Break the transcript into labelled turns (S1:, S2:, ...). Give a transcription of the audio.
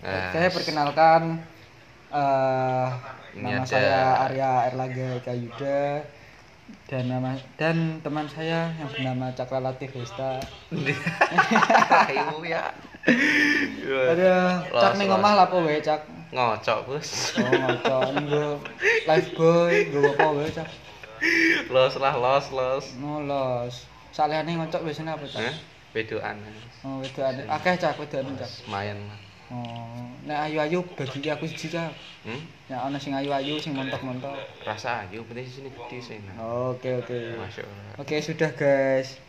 S1: Nah,
S2: Saya perkenalkan eh
S1: Ini
S2: nama
S1: ada-
S2: saya Arya Erlaga Eka Yuda dan nama dan teman saya yang bernama Cakra Latif Hesta.
S1: Rahayu ya.
S2: Ada
S1: Los,
S2: Cak ning
S1: los.
S2: omah lapo wae Cak?
S1: Ngocok, Bos.
S2: Oh, ngoco nggo live boy, nggo apa wae Cak?
S1: Los lah, los, los.
S2: Ngolos. Salehane ngocok biasanya apa Cak?
S1: Hah? Bedoan.
S2: Oh, wedane akeh Cak, wedane Cak.
S1: Semayan lah.
S2: Oh, nek ayu-ayu bagi aku siji Cak.
S1: Hmm?
S2: Nek ana sing ayu-ayu sing montok-montok. Oh,
S1: Rasa ayu penting di sini gede sih. nah.
S2: Oke, oke.
S1: Masya Allah.
S2: Oke, sudah guys.